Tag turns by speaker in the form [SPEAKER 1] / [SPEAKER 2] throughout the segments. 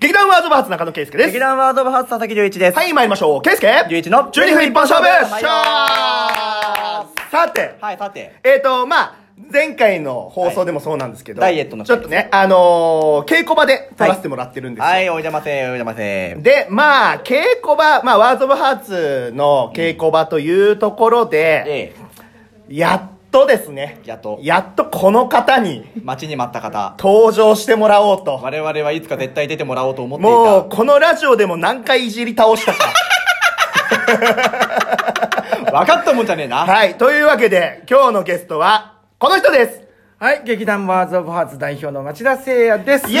[SPEAKER 1] 劇団ワードバーツ中野圭介です。
[SPEAKER 2] 劇団ワードオブハーツ佐々木隆一です。
[SPEAKER 1] はい、参りましょう。圭介
[SPEAKER 2] 隆一の
[SPEAKER 1] 12分一本勝負
[SPEAKER 2] よっし
[SPEAKER 1] しゃ
[SPEAKER 2] ゃ
[SPEAKER 1] ーさて、
[SPEAKER 2] はい、さて。
[SPEAKER 1] えっ、ー、と、まあ、前回の放送でもそうなんですけど、
[SPEAKER 2] はいダイエットの
[SPEAKER 1] ちょっとね、あのー稽古場で撮らせてもらってるんですよ。
[SPEAKER 2] はい、おいでません、おいでません。
[SPEAKER 1] で、まあ、稽古場、まあ、ワーズ・オブ・ハーツの稽古場というところで、
[SPEAKER 2] で、
[SPEAKER 1] やっとですね、
[SPEAKER 2] やっと
[SPEAKER 1] やっとこの方に
[SPEAKER 2] 待ちに待った方。
[SPEAKER 1] 登場してもらおうと。
[SPEAKER 2] 我々はいつか絶対出てもらおうと思っていた。
[SPEAKER 1] もう、このラジオでも何回いじり倒したか。
[SPEAKER 2] 分かったもんじゃねえな。
[SPEAKER 1] はい。というわけで、今日のゲストは、この人です
[SPEAKER 3] はい、劇団ワーズ・オブ・ハーツ代表の町田誠也です。
[SPEAKER 1] イエー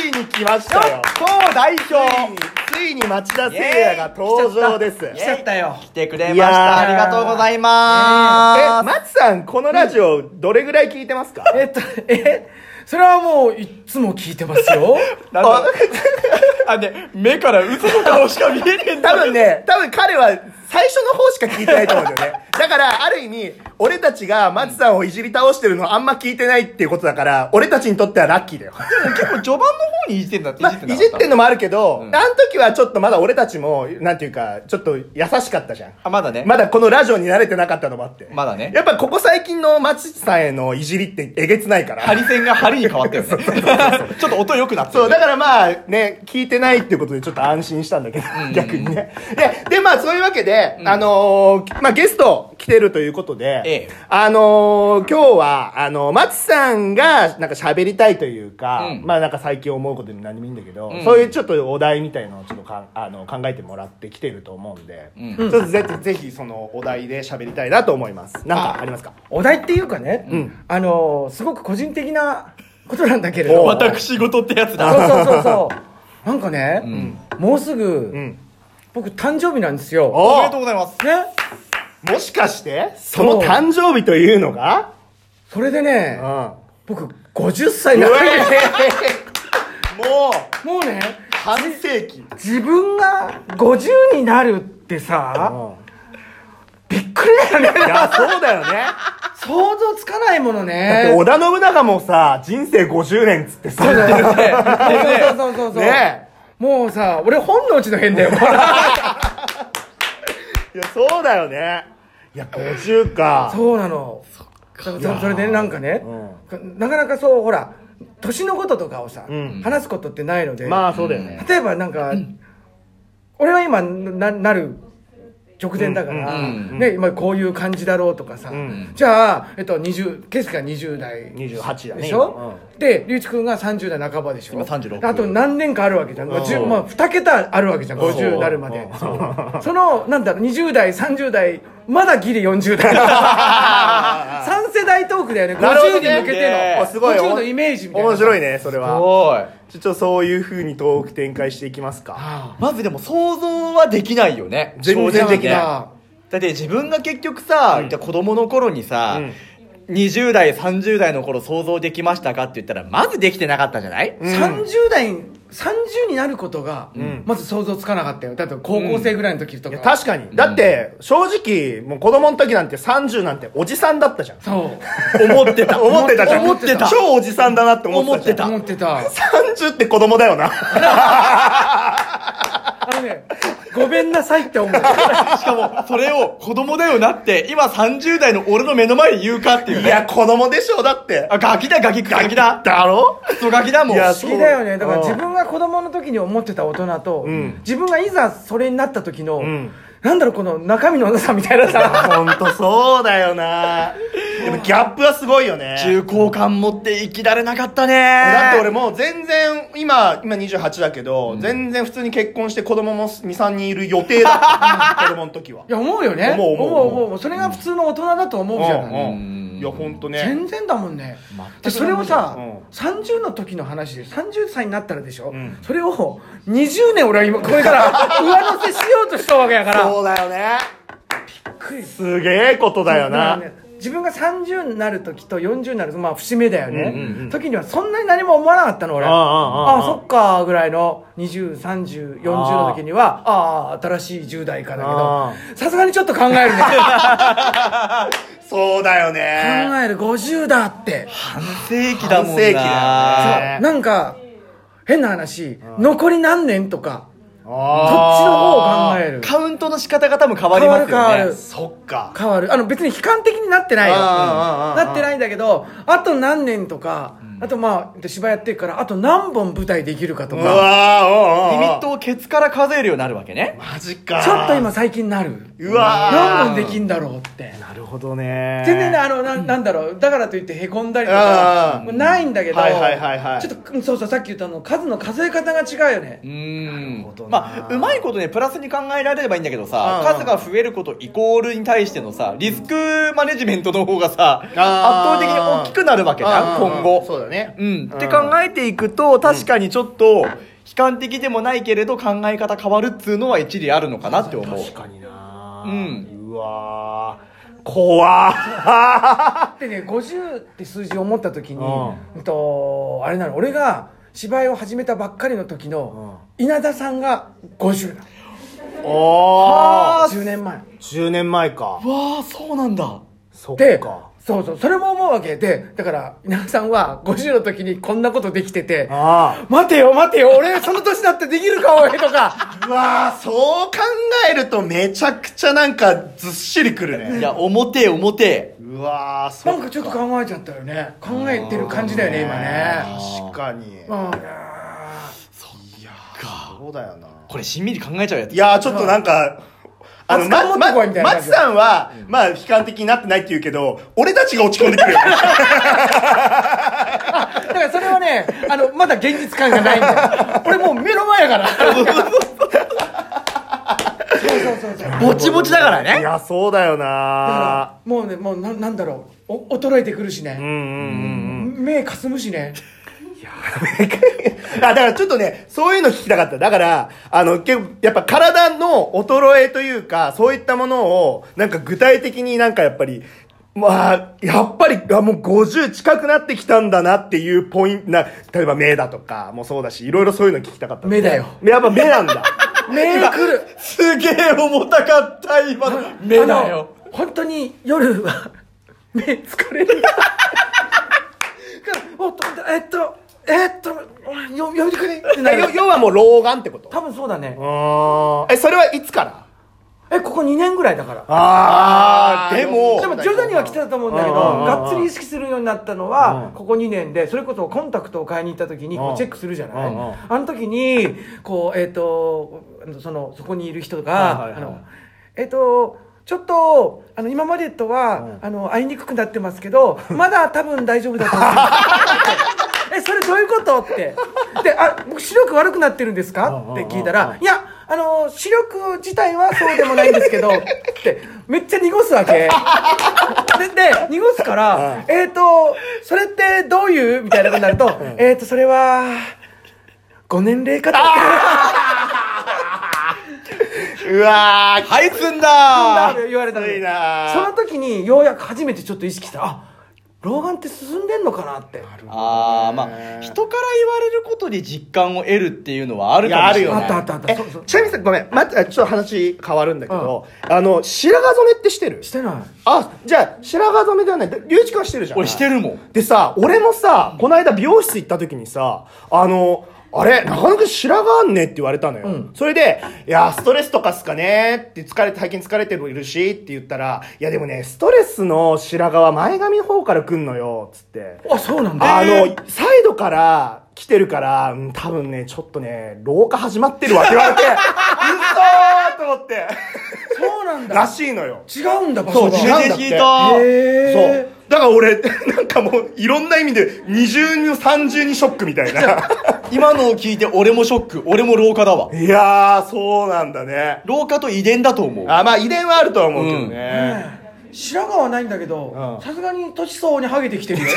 [SPEAKER 1] イついに来ましたよ
[SPEAKER 2] そう、代表
[SPEAKER 1] ついに、ついに町田誠也が登場です。
[SPEAKER 3] 来ちゃったよ。
[SPEAKER 2] 来てくれま
[SPEAKER 1] い
[SPEAKER 2] し
[SPEAKER 1] や
[SPEAKER 2] た。あ
[SPEAKER 1] ー
[SPEAKER 2] りがとうござい
[SPEAKER 1] え、
[SPEAKER 2] ま
[SPEAKER 1] 松さん、このラジオ、どれぐらい聞いてますか
[SPEAKER 3] えっと、えそれはもう、いっつも聞いてます よ。
[SPEAKER 2] す。なんだあ、 で、目から嘘の顔しか見えねえん
[SPEAKER 1] 多分ね、多分彼は最初の方しか聞いてないと思うんだよね。だから、ある意味、俺たちが松さんをいじり倒してるのあんま聞いてないっていうことだから、俺たちにとってはラッキーだよ。
[SPEAKER 2] 結構序盤の方にいじってんだって、
[SPEAKER 1] まあ、いじってん
[SPEAKER 2] の
[SPEAKER 1] のもあるけど、
[SPEAKER 2] ん
[SPEAKER 1] あの時はちょっとまだ俺たちも、なんていうか、ちょっと優しかったじゃん。
[SPEAKER 2] あ、まだね。
[SPEAKER 1] まだこのラジオに慣れてなかったのもあって。
[SPEAKER 2] まだね
[SPEAKER 1] やっぱここ最近の松さんへのいじりってえげつないから。
[SPEAKER 2] 針線が針に変わった よね。ちょっと音良くなってる
[SPEAKER 1] そう、
[SPEAKER 2] ね
[SPEAKER 1] だからまあね、聞いてないっていうことでちょっと安心したんだけど、逆にね。で、で、まあそういうわけで、あのーまあゲスト来てるということで、
[SPEAKER 2] ええ
[SPEAKER 1] あのー今日は、あの、松さんがなんか喋りたいというか、
[SPEAKER 2] うん
[SPEAKER 1] まあなんか最近思うことでも何でもいいんだけど、
[SPEAKER 2] ん
[SPEAKER 1] そういうちょっとお題みたいのをちょっとかあの考えてもらって来てると思うんで、
[SPEAKER 2] ん
[SPEAKER 1] ちょっとぜひ、ぜひそのお題で喋りたいなと思います。なんかありますか
[SPEAKER 3] お題っていうかね、
[SPEAKER 1] ん
[SPEAKER 3] あの、すごく個人的なことなんだけれ
[SPEAKER 1] おう
[SPEAKER 3] ど。
[SPEAKER 2] 私事ってやつ
[SPEAKER 3] そ
[SPEAKER 2] だ。
[SPEAKER 3] うそうそ うそう。なんかね、
[SPEAKER 2] ん
[SPEAKER 3] もうすぐ、
[SPEAKER 1] うん。
[SPEAKER 3] 僕誕生日なんですよ。
[SPEAKER 2] お
[SPEAKER 1] お
[SPEAKER 2] めでとうございます。
[SPEAKER 3] ね。
[SPEAKER 1] もしかして、その誕生日というのが
[SPEAKER 3] それで
[SPEAKER 1] う
[SPEAKER 3] ね、
[SPEAKER 1] ん。
[SPEAKER 3] 僕、50歳になる。
[SPEAKER 1] もう
[SPEAKER 3] もうね、
[SPEAKER 1] 半世紀
[SPEAKER 3] 自分が50になるってさ、びっくりだよね。
[SPEAKER 1] いやそうだよね
[SPEAKER 3] 想像つかないものね。
[SPEAKER 1] だって織田信長もさ人生50年っつってさ
[SPEAKER 3] そうだよ。そうそうそうそうそう。
[SPEAKER 1] ね
[SPEAKER 3] もうさ、俺本能寺の変だよ。
[SPEAKER 1] いやそうだよねいや50か
[SPEAKER 3] そうなの。そそそれでねなんかね、なかなかそう、ほら、年のこととかをさ、
[SPEAKER 1] うん
[SPEAKER 3] 話すことってないので、
[SPEAKER 1] まあそうだよね
[SPEAKER 3] 例えばなんか、俺は今な、なる直前だから、
[SPEAKER 1] うん
[SPEAKER 2] うん
[SPEAKER 3] ね、今こういう感じだろうとかさ、
[SPEAKER 1] ん
[SPEAKER 3] じゃあ、えっと、20、ケスが20代。
[SPEAKER 1] 28だね
[SPEAKER 3] でしょ、で、隆一君が30代半ばでしょ
[SPEAKER 2] 今36
[SPEAKER 3] あと何年かあるわけじゃん、まあ、
[SPEAKER 1] う
[SPEAKER 3] 10
[SPEAKER 1] ん
[SPEAKER 3] まあ2桁あるわけじゃん
[SPEAKER 1] そう
[SPEAKER 3] 50なるまで そのなんだろう20代30代まだギリ40代 3世代トークだよね
[SPEAKER 1] なるほど
[SPEAKER 3] 50
[SPEAKER 1] ね
[SPEAKER 3] に向けて
[SPEAKER 1] 今
[SPEAKER 3] の
[SPEAKER 1] あすごい
[SPEAKER 3] 50のイメージみたいな
[SPEAKER 1] 面白いねそれ
[SPEAKER 2] す
[SPEAKER 1] は
[SPEAKER 2] ごい。
[SPEAKER 1] ちょっとそういう風に遠く展開していきますか
[SPEAKER 3] あ
[SPEAKER 2] まずでも想像はできないよね。
[SPEAKER 1] 全然できない
[SPEAKER 2] だって自分が結局さ、じゃあ子供の頃にさ、20代、30代の頃想像できましたかって言ったら、まずできてなかったじゃない、
[SPEAKER 3] あ30代30になることが、まず想像つかなかったよだって高校生ぐらいの時と
[SPEAKER 1] い
[SPEAKER 3] か、
[SPEAKER 1] や確かにだって正直もう子供の時なんて30なんておじさんだったじゃん
[SPEAKER 3] そう
[SPEAKER 1] 思って た思ってたじゃん
[SPEAKER 3] 思ってた
[SPEAKER 1] 超おじさんだなって思ってたじゃん
[SPEAKER 3] 思ってた
[SPEAKER 1] 30って子供だよ な
[SPEAKER 3] あのねごめんなさいって 思う
[SPEAKER 2] しかも、それを子供だよなって、今30代の俺の目の前で言うかっていう
[SPEAKER 1] い
[SPEAKER 2] ね。
[SPEAKER 1] や、子供でしょう、だって。
[SPEAKER 2] あ、ガキだ、ガキ、ガキだ。
[SPEAKER 1] だろ
[SPEAKER 2] クソガキだもん。
[SPEAKER 1] いや
[SPEAKER 3] 不思議だよねだから
[SPEAKER 1] そう
[SPEAKER 3] 自分が子供の時に思ってた大人と、
[SPEAKER 1] ん
[SPEAKER 3] 自分がいざそれになった時の、
[SPEAKER 1] ん
[SPEAKER 3] なんだろうこの中身の なさみたいなさ
[SPEAKER 1] ほんとそうだよな。でもギャップはすごいよね。
[SPEAKER 2] 重厚感持って生きられなかったね。
[SPEAKER 1] だって俺もう全然、今、今28だけど、全然普通に結婚して子供も2、3人いる予定だっ た。子供の時は。
[SPEAKER 3] いや思うよね
[SPEAKER 1] 思う思う思う
[SPEAKER 3] 思うそれが普通の大人だと思うじゃない、
[SPEAKER 1] うんうんいや、ほんとね。
[SPEAKER 3] 全然だもんね
[SPEAKER 2] 全く
[SPEAKER 3] でそれをさ、
[SPEAKER 1] うん
[SPEAKER 3] 30の時の話で30歳になったらでしょ、
[SPEAKER 1] ん
[SPEAKER 3] それを20年俺は今これから上乗せしようとしたわけやから
[SPEAKER 1] そうだよね。
[SPEAKER 3] びっくり
[SPEAKER 1] すげえことだよな。
[SPEAKER 3] ね自分が30になる時と40になる、まあ、節目だよ
[SPEAKER 1] うんう
[SPEAKER 3] ね、
[SPEAKER 1] んうん
[SPEAKER 3] 時にはそんなに何も思わなかったの俺
[SPEAKER 1] ああああああ
[SPEAKER 3] あそっかぐらいの203040の時にはああ新しい10代か
[SPEAKER 1] あ
[SPEAKER 3] だけどさすがにちょっと考えるね
[SPEAKER 1] そうだよ
[SPEAKER 3] 考
[SPEAKER 1] ね。
[SPEAKER 3] える50だって
[SPEAKER 2] 半世紀だもん
[SPEAKER 1] 半
[SPEAKER 2] な。
[SPEAKER 1] 世紀だよね
[SPEAKER 3] なんかえ変な話、残り何年とか、そっちの方を考える。
[SPEAKER 2] カウントの仕方が多分変わりますよね
[SPEAKER 3] 変わる変わる
[SPEAKER 2] そっか
[SPEAKER 3] 変わる。あの、別に悲観的になってないよ。うん
[SPEAKER 2] あーあーあーあー
[SPEAKER 3] なってないんだけど、あと何年とか、あとまあ、芝居やってるから、あと何本舞台できるかと
[SPEAKER 1] う
[SPEAKER 3] か、
[SPEAKER 1] わーお
[SPEAKER 2] リ
[SPEAKER 1] うおう
[SPEAKER 2] ミ
[SPEAKER 1] おう
[SPEAKER 2] ットをケツから数えるようになるわけね
[SPEAKER 1] マジか
[SPEAKER 3] ちょっと今最近なる。
[SPEAKER 1] うわー
[SPEAKER 3] 何本できんだろうって。
[SPEAKER 1] なるほどね
[SPEAKER 3] 全然ねあのななんだろうだからといってへこんだりとか
[SPEAKER 1] あー
[SPEAKER 3] もうないんだけど、
[SPEAKER 1] はいはいはいはい
[SPEAKER 3] ちょっとうんそうそうさっき言ったあの数の数え方が違うよね
[SPEAKER 2] う、ん
[SPEAKER 1] ほどな
[SPEAKER 2] まあうまいことねプラスに考えられればいいんだけどさ
[SPEAKER 1] うん
[SPEAKER 2] 数が増えることイコールに対してのさリスクマネジメントの方がさ圧
[SPEAKER 1] あー
[SPEAKER 2] 倒的に大きくなるわけじゃん
[SPEAKER 1] うんうんうん
[SPEAKER 2] 今後
[SPEAKER 1] そうだね
[SPEAKER 2] うんって考
[SPEAKER 1] うん
[SPEAKER 2] えていくと確かにちょっと悲観的でもないけれど考え方変わるっつうのは一理あるのかなって思う
[SPEAKER 1] 確かにな
[SPEAKER 2] うん
[SPEAKER 1] うわー怖 ー
[SPEAKER 3] でね50って数字を持った時に、
[SPEAKER 1] う
[SPEAKER 3] うん、とあれなの俺が芝居を始めたばっかりの時の稲田さんが50なの
[SPEAKER 1] おー
[SPEAKER 2] あー
[SPEAKER 3] 10年前
[SPEAKER 1] 10年前か
[SPEAKER 2] わあそうなんだ
[SPEAKER 1] そっ
[SPEAKER 3] で
[SPEAKER 1] か
[SPEAKER 3] そうそうそれも思うわけでだから稲田さんは50の時にこんなことできてて
[SPEAKER 1] あ
[SPEAKER 3] 待てよ待てよ俺その年だってできるかおいとか
[SPEAKER 1] あうわーそう考えるとめちゃくちゃなんかずっしりくる
[SPEAKER 2] い
[SPEAKER 1] ね
[SPEAKER 2] や表表
[SPEAKER 1] うわーそ
[SPEAKER 3] なんかちょっと考えちゃったよね考えてる感じだよね今
[SPEAKER 1] 確
[SPEAKER 3] ね
[SPEAKER 1] かに
[SPEAKER 3] うん
[SPEAKER 1] そうだよな
[SPEAKER 2] これしんみり考えちゃうやつ
[SPEAKER 1] いやーちょっとなんかあの、
[SPEAKER 3] 熱
[SPEAKER 1] ま、
[SPEAKER 3] 燗持ってこ
[SPEAKER 1] ま、
[SPEAKER 3] いみたいな感
[SPEAKER 1] 松
[SPEAKER 3] じ
[SPEAKER 1] さんは、まあ、悲観的になってないって言うけど、俺たちが落ち込んでくるよね。
[SPEAKER 3] だからそれはね、あの、まだ現実感がないんだよ。俺もう目の前やから。そうそうそうそう。
[SPEAKER 2] ぼちぼちだから
[SPEAKER 1] い
[SPEAKER 2] ね
[SPEAKER 1] や、そうだよな
[SPEAKER 3] だからもうね、もうななんだろうお。衰えてくるし
[SPEAKER 1] うん
[SPEAKER 3] ね。
[SPEAKER 1] うん うんうん。
[SPEAKER 3] 目かすむしね。
[SPEAKER 1] あ、だからちょっとね、そういうの聞きたかった。だから、あの、結構、やっぱ体の衰えというか、そういったものを、なんか具体的になんかやっぱり、まあ、やっぱり、あもう50近くなってきたんだなっていうポイント、な、例えば目だとかもそうだし、いろいろそういうの聞きたかった。
[SPEAKER 3] 目だよ。
[SPEAKER 1] やっぱ目なんだ。
[SPEAKER 3] 目くる。
[SPEAKER 2] すげえ重たかった今の目だよ
[SPEAKER 3] あの。本当に夜は 目疲れる。 だからおっとえっと、えっと、よ呼びてくれってな
[SPEAKER 1] え要
[SPEAKER 3] る。
[SPEAKER 1] 要はもう老眼ってこと
[SPEAKER 3] 多分そうだね。
[SPEAKER 1] あーえ、それはいつから
[SPEAKER 3] え、ここ2年ぐらいだから。
[SPEAKER 1] あ
[SPEAKER 2] ー
[SPEAKER 1] でも、
[SPEAKER 3] でも徐々には来てたと思うんだけど、
[SPEAKER 1] うんうんうん
[SPEAKER 3] がっつり意識するようになったのは、ここ2年で、それこそコンタクトを買いに行った時にこ
[SPEAKER 1] うん
[SPEAKER 3] うチェックするじゃない、
[SPEAKER 1] うんうん
[SPEAKER 3] あの時に、こう、えっ、と、あのその、そこにいる人が、
[SPEAKER 1] はいはいはい
[SPEAKER 3] あの、えっ、と、ちょっと、あの、今までとは、あの、会いにくくなってます けど、まだ多分大丈夫だと思います。え、 それどういうことって。で、あ、僕視力悪くなってるんですかって聞いたら、いや、あの、視力自体はそうでもないんです けど、って、めっちゃ濁すわけ。で、で、濁すから、えっ、ー、と、それってどういうみたいなことになると、えっ、ー、と、それは、ご年齢かと。
[SPEAKER 1] うわー、
[SPEAKER 2] はいつんだ
[SPEAKER 3] 言われたの
[SPEAKER 1] きついなー
[SPEAKER 3] その時にようやく初めてちょっと意識したあ老眼って進んでんのかなって
[SPEAKER 2] あーまあ人から言われることで実感を得るっていうのはある
[SPEAKER 1] い
[SPEAKER 2] か
[SPEAKER 1] や
[SPEAKER 2] も
[SPEAKER 1] あ
[SPEAKER 2] し
[SPEAKER 1] る
[SPEAKER 2] れ
[SPEAKER 1] よ
[SPEAKER 2] な
[SPEAKER 1] ね
[SPEAKER 2] い
[SPEAKER 3] あったあったあった
[SPEAKER 1] え
[SPEAKER 3] そうそう
[SPEAKER 1] ちなみにさごめん、ま、あちょっと話変わるんだけど、あの白髪染めってしてる
[SPEAKER 3] してない
[SPEAKER 1] あじゃあ白髪染めではない龍一君してるじゃん
[SPEAKER 2] 俺してるもん
[SPEAKER 1] でさ俺もさこの間美容室行った時にさあのあれなかなか白髪あんねって言われたのよ、それで「いやストレスとかっすかね?」って疲れて最近疲れてるしって言ったら「いやでもねストレスの白髪は前髪の方からくんのよ」っつって
[SPEAKER 3] あそうなんだ
[SPEAKER 1] あの、サイドから来てるから、うん多分ね、ちょっとね、老化始まってるわって言わ れて、うっそーと思って、
[SPEAKER 3] そうなん
[SPEAKER 1] ら
[SPEAKER 3] だ
[SPEAKER 1] しいのよ。
[SPEAKER 3] 違うんだ場所
[SPEAKER 1] そ
[SPEAKER 3] が
[SPEAKER 1] う違うんだって
[SPEAKER 2] 聞いた
[SPEAKER 1] そう
[SPEAKER 3] へえ。
[SPEAKER 1] だから俺、 なんかもう、いろんな意味で、二重に三重にショックみた いな。
[SPEAKER 2] 今のを聞いて俺もショック俺も老化だわ
[SPEAKER 1] いやー、そうなんだね。
[SPEAKER 2] 老化と遺伝だと思う
[SPEAKER 1] あ、まあ遺伝はあるとは思うけどね。
[SPEAKER 3] 白髪はないんだけ
[SPEAKER 1] う
[SPEAKER 3] ど
[SPEAKER 1] ん
[SPEAKER 3] さすがに年相応にハゲてきてる よ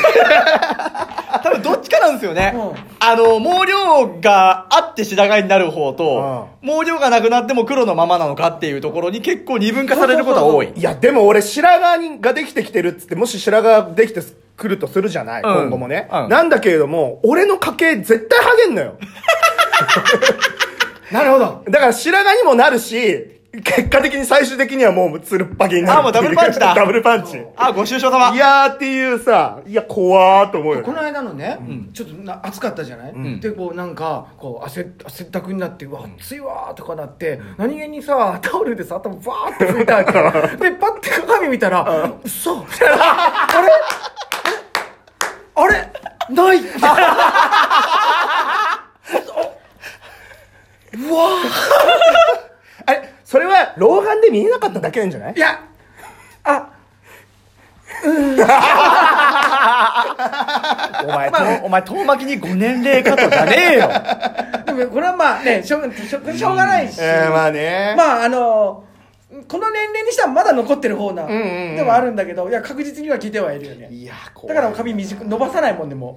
[SPEAKER 2] 多分どっちかなんですよね、
[SPEAKER 3] うん
[SPEAKER 2] あの毛量があって白髪になる方と、毛量がなくなっても黒のままなのかっていうところに結構二分化されることは多い
[SPEAKER 1] いや、でも俺、白髪ができてきてるっつって、もし白髪ができてくるとするじゃない、
[SPEAKER 2] うん
[SPEAKER 1] 今後もね、
[SPEAKER 2] うん
[SPEAKER 1] なんだけれども、俺の家系絶対ハゲんのよ。
[SPEAKER 3] なるほど
[SPEAKER 1] だから白髪にもなるし、結果的に最終的にはもうつるっぱげになる。
[SPEAKER 2] あもうダブルパンチだ
[SPEAKER 1] ダブルパンチ。
[SPEAKER 2] あ、ご愁傷様。
[SPEAKER 1] いやーっていうさ、いや、怖ーと思うよね。
[SPEAKER 3] この間のね、
[SPEAKER 2] ん
[SPEAKER 3] ちょっとな暑かったじゃない、
[SPEAKER 2] ん
[SPEAKER 3] でこうなんかこう汗汗だくになってうわ暑いわーとかなって、何気にさタオルでさ頭バーって拭いたわけでパッて鏡見たら「うそ」みたいな「あれあれない」って
[SPEAKER 1] あれ、それは老眼で見えなかっただけなんじゃない
[SPEAKER 3] いやあ
[SPEAKER 2] お前、とお前、遠巻きにご年齢かとじゃねえよ。
[SPEAKER 3] でもこれはまあねしょうしょしょうがないし、
[SPEAKER 1] えー、まあね。
[SPEAKER 3] まああのこの年齢にしてはまだ残ってる方な、
[SPEAKER 1] んうんうん
[SPEAKER 3] でもあるんだけどいや確実には聞いてはいるよね
[SPEAKER 1] いやー、怖
[SPEAKER 3] だ
[SPEAKER 1] い
[SPEAKER 3] から髪短く伸ばさないもんでも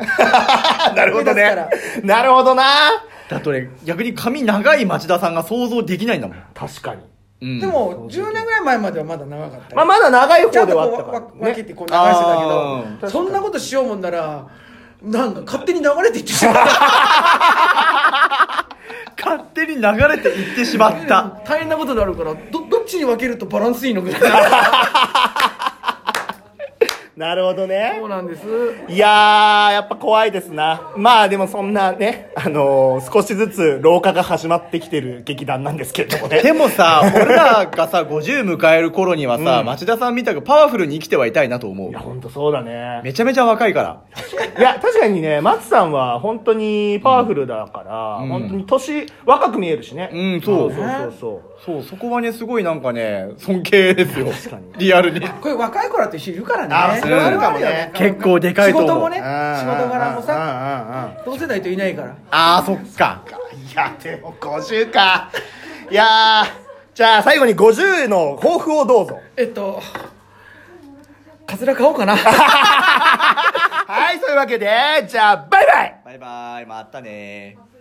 [SPEAKER 3] う
[SPEAKER 1] なるほどね
[SPEAKER 3] 思い出。
[SPEAKER 1] なるほどな。
[SPEAKER 2] だって俺、逆に髪長い町田さんが想像できないんだもん。
[SPEAKER 1] 確かに。
[SPEAKER 2] うん
[SPEAKER 3] で、も10年ぐらい前まではまだ長かったよ
[SPEAKER 1] まあ、まだ長い
[SPEAKER 3] ち
[SPEAKER 1] 方
[SPEAKER 3] ゃん
[SPEAKER 1] で
[SPEAKER 3] と
[SPEAKER 1] はあ
[SPEAKER 3] こ
[SPEAKER 1] った
[SPEAKER 3] うわ
[SPEAKER 1] か
[SPEAKER 3] わ
[SPEAKER 1] ら、
[SPEAKER 3] 分け
[SPEAKER 1] ね。
[SPEAKER 3] てこう流して
[SPEAKER 2] あ
[SPEAKER 3] たけど
[SPEAKER 1] ー
[SPEAKER 3] そんなことしようもんならなんか勝手に流れていってしまった
[SPEAKER 2] 勝手に流れていってしまった。
[SPEAKER 3] 大変なことになるからどどっちに分けるとバランスいいのぐらいな
[SPEAKER 1] なるほどね
[SPEAKER 3] そ。うなんです
[SPEAKER 1] いやー、やっぱ怖いですな。まあでもそんなね、あのー少しずつ老化が始まってきてる劇団なんですけれども ね。
[SPEAKER 2] でもさ、俺らがさ、50迎える頃にはさ、町田さんみたくパワフルに生きてはいたいなと思う
[SPEAKER 1] いや、。ほんとそうだね。
[SPEAKER 2] めちゃめちゃ若いから。
[SPEAKER 1] いや、確かにね、松さんは本当にパワフルだから、
[SPEAKER 2] うん
[SPEAKER 1] 本当に年若く見えるしね。
[SPEAKER 2] うんそう
[SPEAKER 1] そうそうそう。
[SPEAKER 2] そう、そこはね、すごいなんかね、尊敬ですよ。リアルに。
[SPEAKER 3] これ若い子らと一緒いるからね
[SPEAKER 1] あーそれはあるかもね
[SPEAKER 3] それはあるよ
[SPEAKER 2] 結構でかいと思う
[SPEAKER 3] 仕事もね
[SPEAKER 1] 仕
[SPEAKER 3] 仕事柄もさ
[SPEAKER 1] さ。
[SPEAKER 3] 同世代といないから
[SPEAKER 2] あー、そっか。
[SPEAKER 1] いや、でも50か。いやー、じゃあ最後に50の抱負をどうぞ。
[SPEAKER 3] えっとカツラ買おうかな
[SPEAKER 1] はい、そういうわけで、じゃあバイバイ
[SPEAKER 2] バイバイ、またねー。